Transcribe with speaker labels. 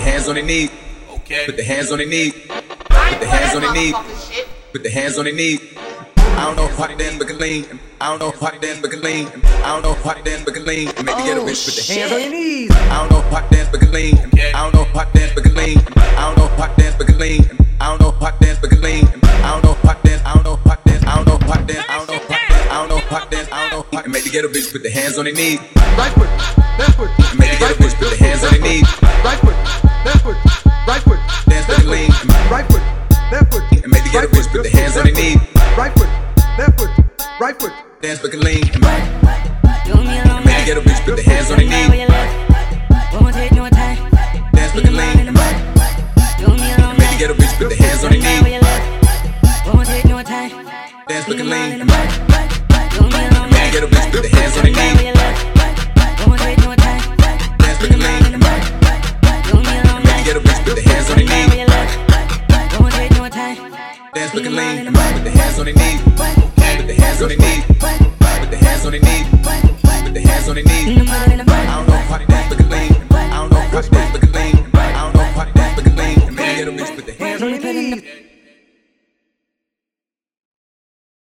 Speaker 1: hands on their knees.
Speaker 2: Okay.
Speaker 1: Put the hands on their knees.
Speaker 3: Put
Speaker 1: the hands on the knee.
Speaker 3: Shit.
Speaker 1: Put the hands on their knees. I don't know how to dance but can lean. I don't know how to dance but can lean. I don't know how to dance but can lean. Make the ghetto bitch put the hands on their knees. I don't know how to dance but can lean. I don't know how to dance but can lean. I don't know how to dance but can lean. I don't know how to dance but can lean. I don't know how to dance. I don't know how to dance. I don't know how to dance. I don't know how to dance. I don't know how to dance. I don't know how to make the ghetto bitch put the hands on their knees.
Speaker 4: Backward, backward,
Speaker 1: Make the ghetto bitch put the hands on their knees.
Speaker 4: backward, backward, backward.
Speaker 1: Dance but can lean.
Speaker 4: Right foot, left foot.
Speaker 1: And make the ghetto bitch put the hands on their knees.
Speaker 4: Right foot, left foot, right foot.
Speaker 1: Dance but can lean.
Speaker 5: Do me a long
Speaker 1: Make the ghetto
Speaker 5: night.
Speaker 1: bitch put the hands on their
Speaker 5: Now where
Speaker 1: knees.
Speaker 5: you live. Won't take no time.
Speaker 1: Dance but can
Speaker 5: Lean on
Speaker 1: lean.
Speaker 5: in the mud. Do me a long
Speaker 1: Make the
Speaker 5: night.
Speaker 1: ghetto bitch put the hands on their
Speaker 5: Now where
Speaker 1: knees.
Speaker 5: you live. Won't take no time.
Speaker 1: Dance but can
Speaker 5: Lean on in the
Speaker 1: lean.
Speaker 5: mud. Do me a long
Speaker 1: Man,
Speaker 5: night.
Speaker 1: get a bitch, put the hands on their
Speaker 5: Now where
Speaker 1: knees.
Speaker 5: you live. Won't take no time.
Speaker 1: Dance but can
Speaker 5: Lean on in the
Speaker 1: lean.
Speaker 5: mud. Do me a long
Speaker 1: Man,
Speaker 5: night.
Speaker 1: get a bitch, put the hands on their
Speaker 5: Now where
Speaker 1: knees.
Speaker 5: you live. Won't take no time.
Speaker 1: Dance but can lean. Put the hands on their knees. Put the hands on their knees. Put the hands on their knees. Put the hands on their
Speaker 5: In the
Speaker 1: knees.
Speaker 5: mud, in the mud.
Speaker 1: I don't know how to dance but can lean. I don't know how to dance but can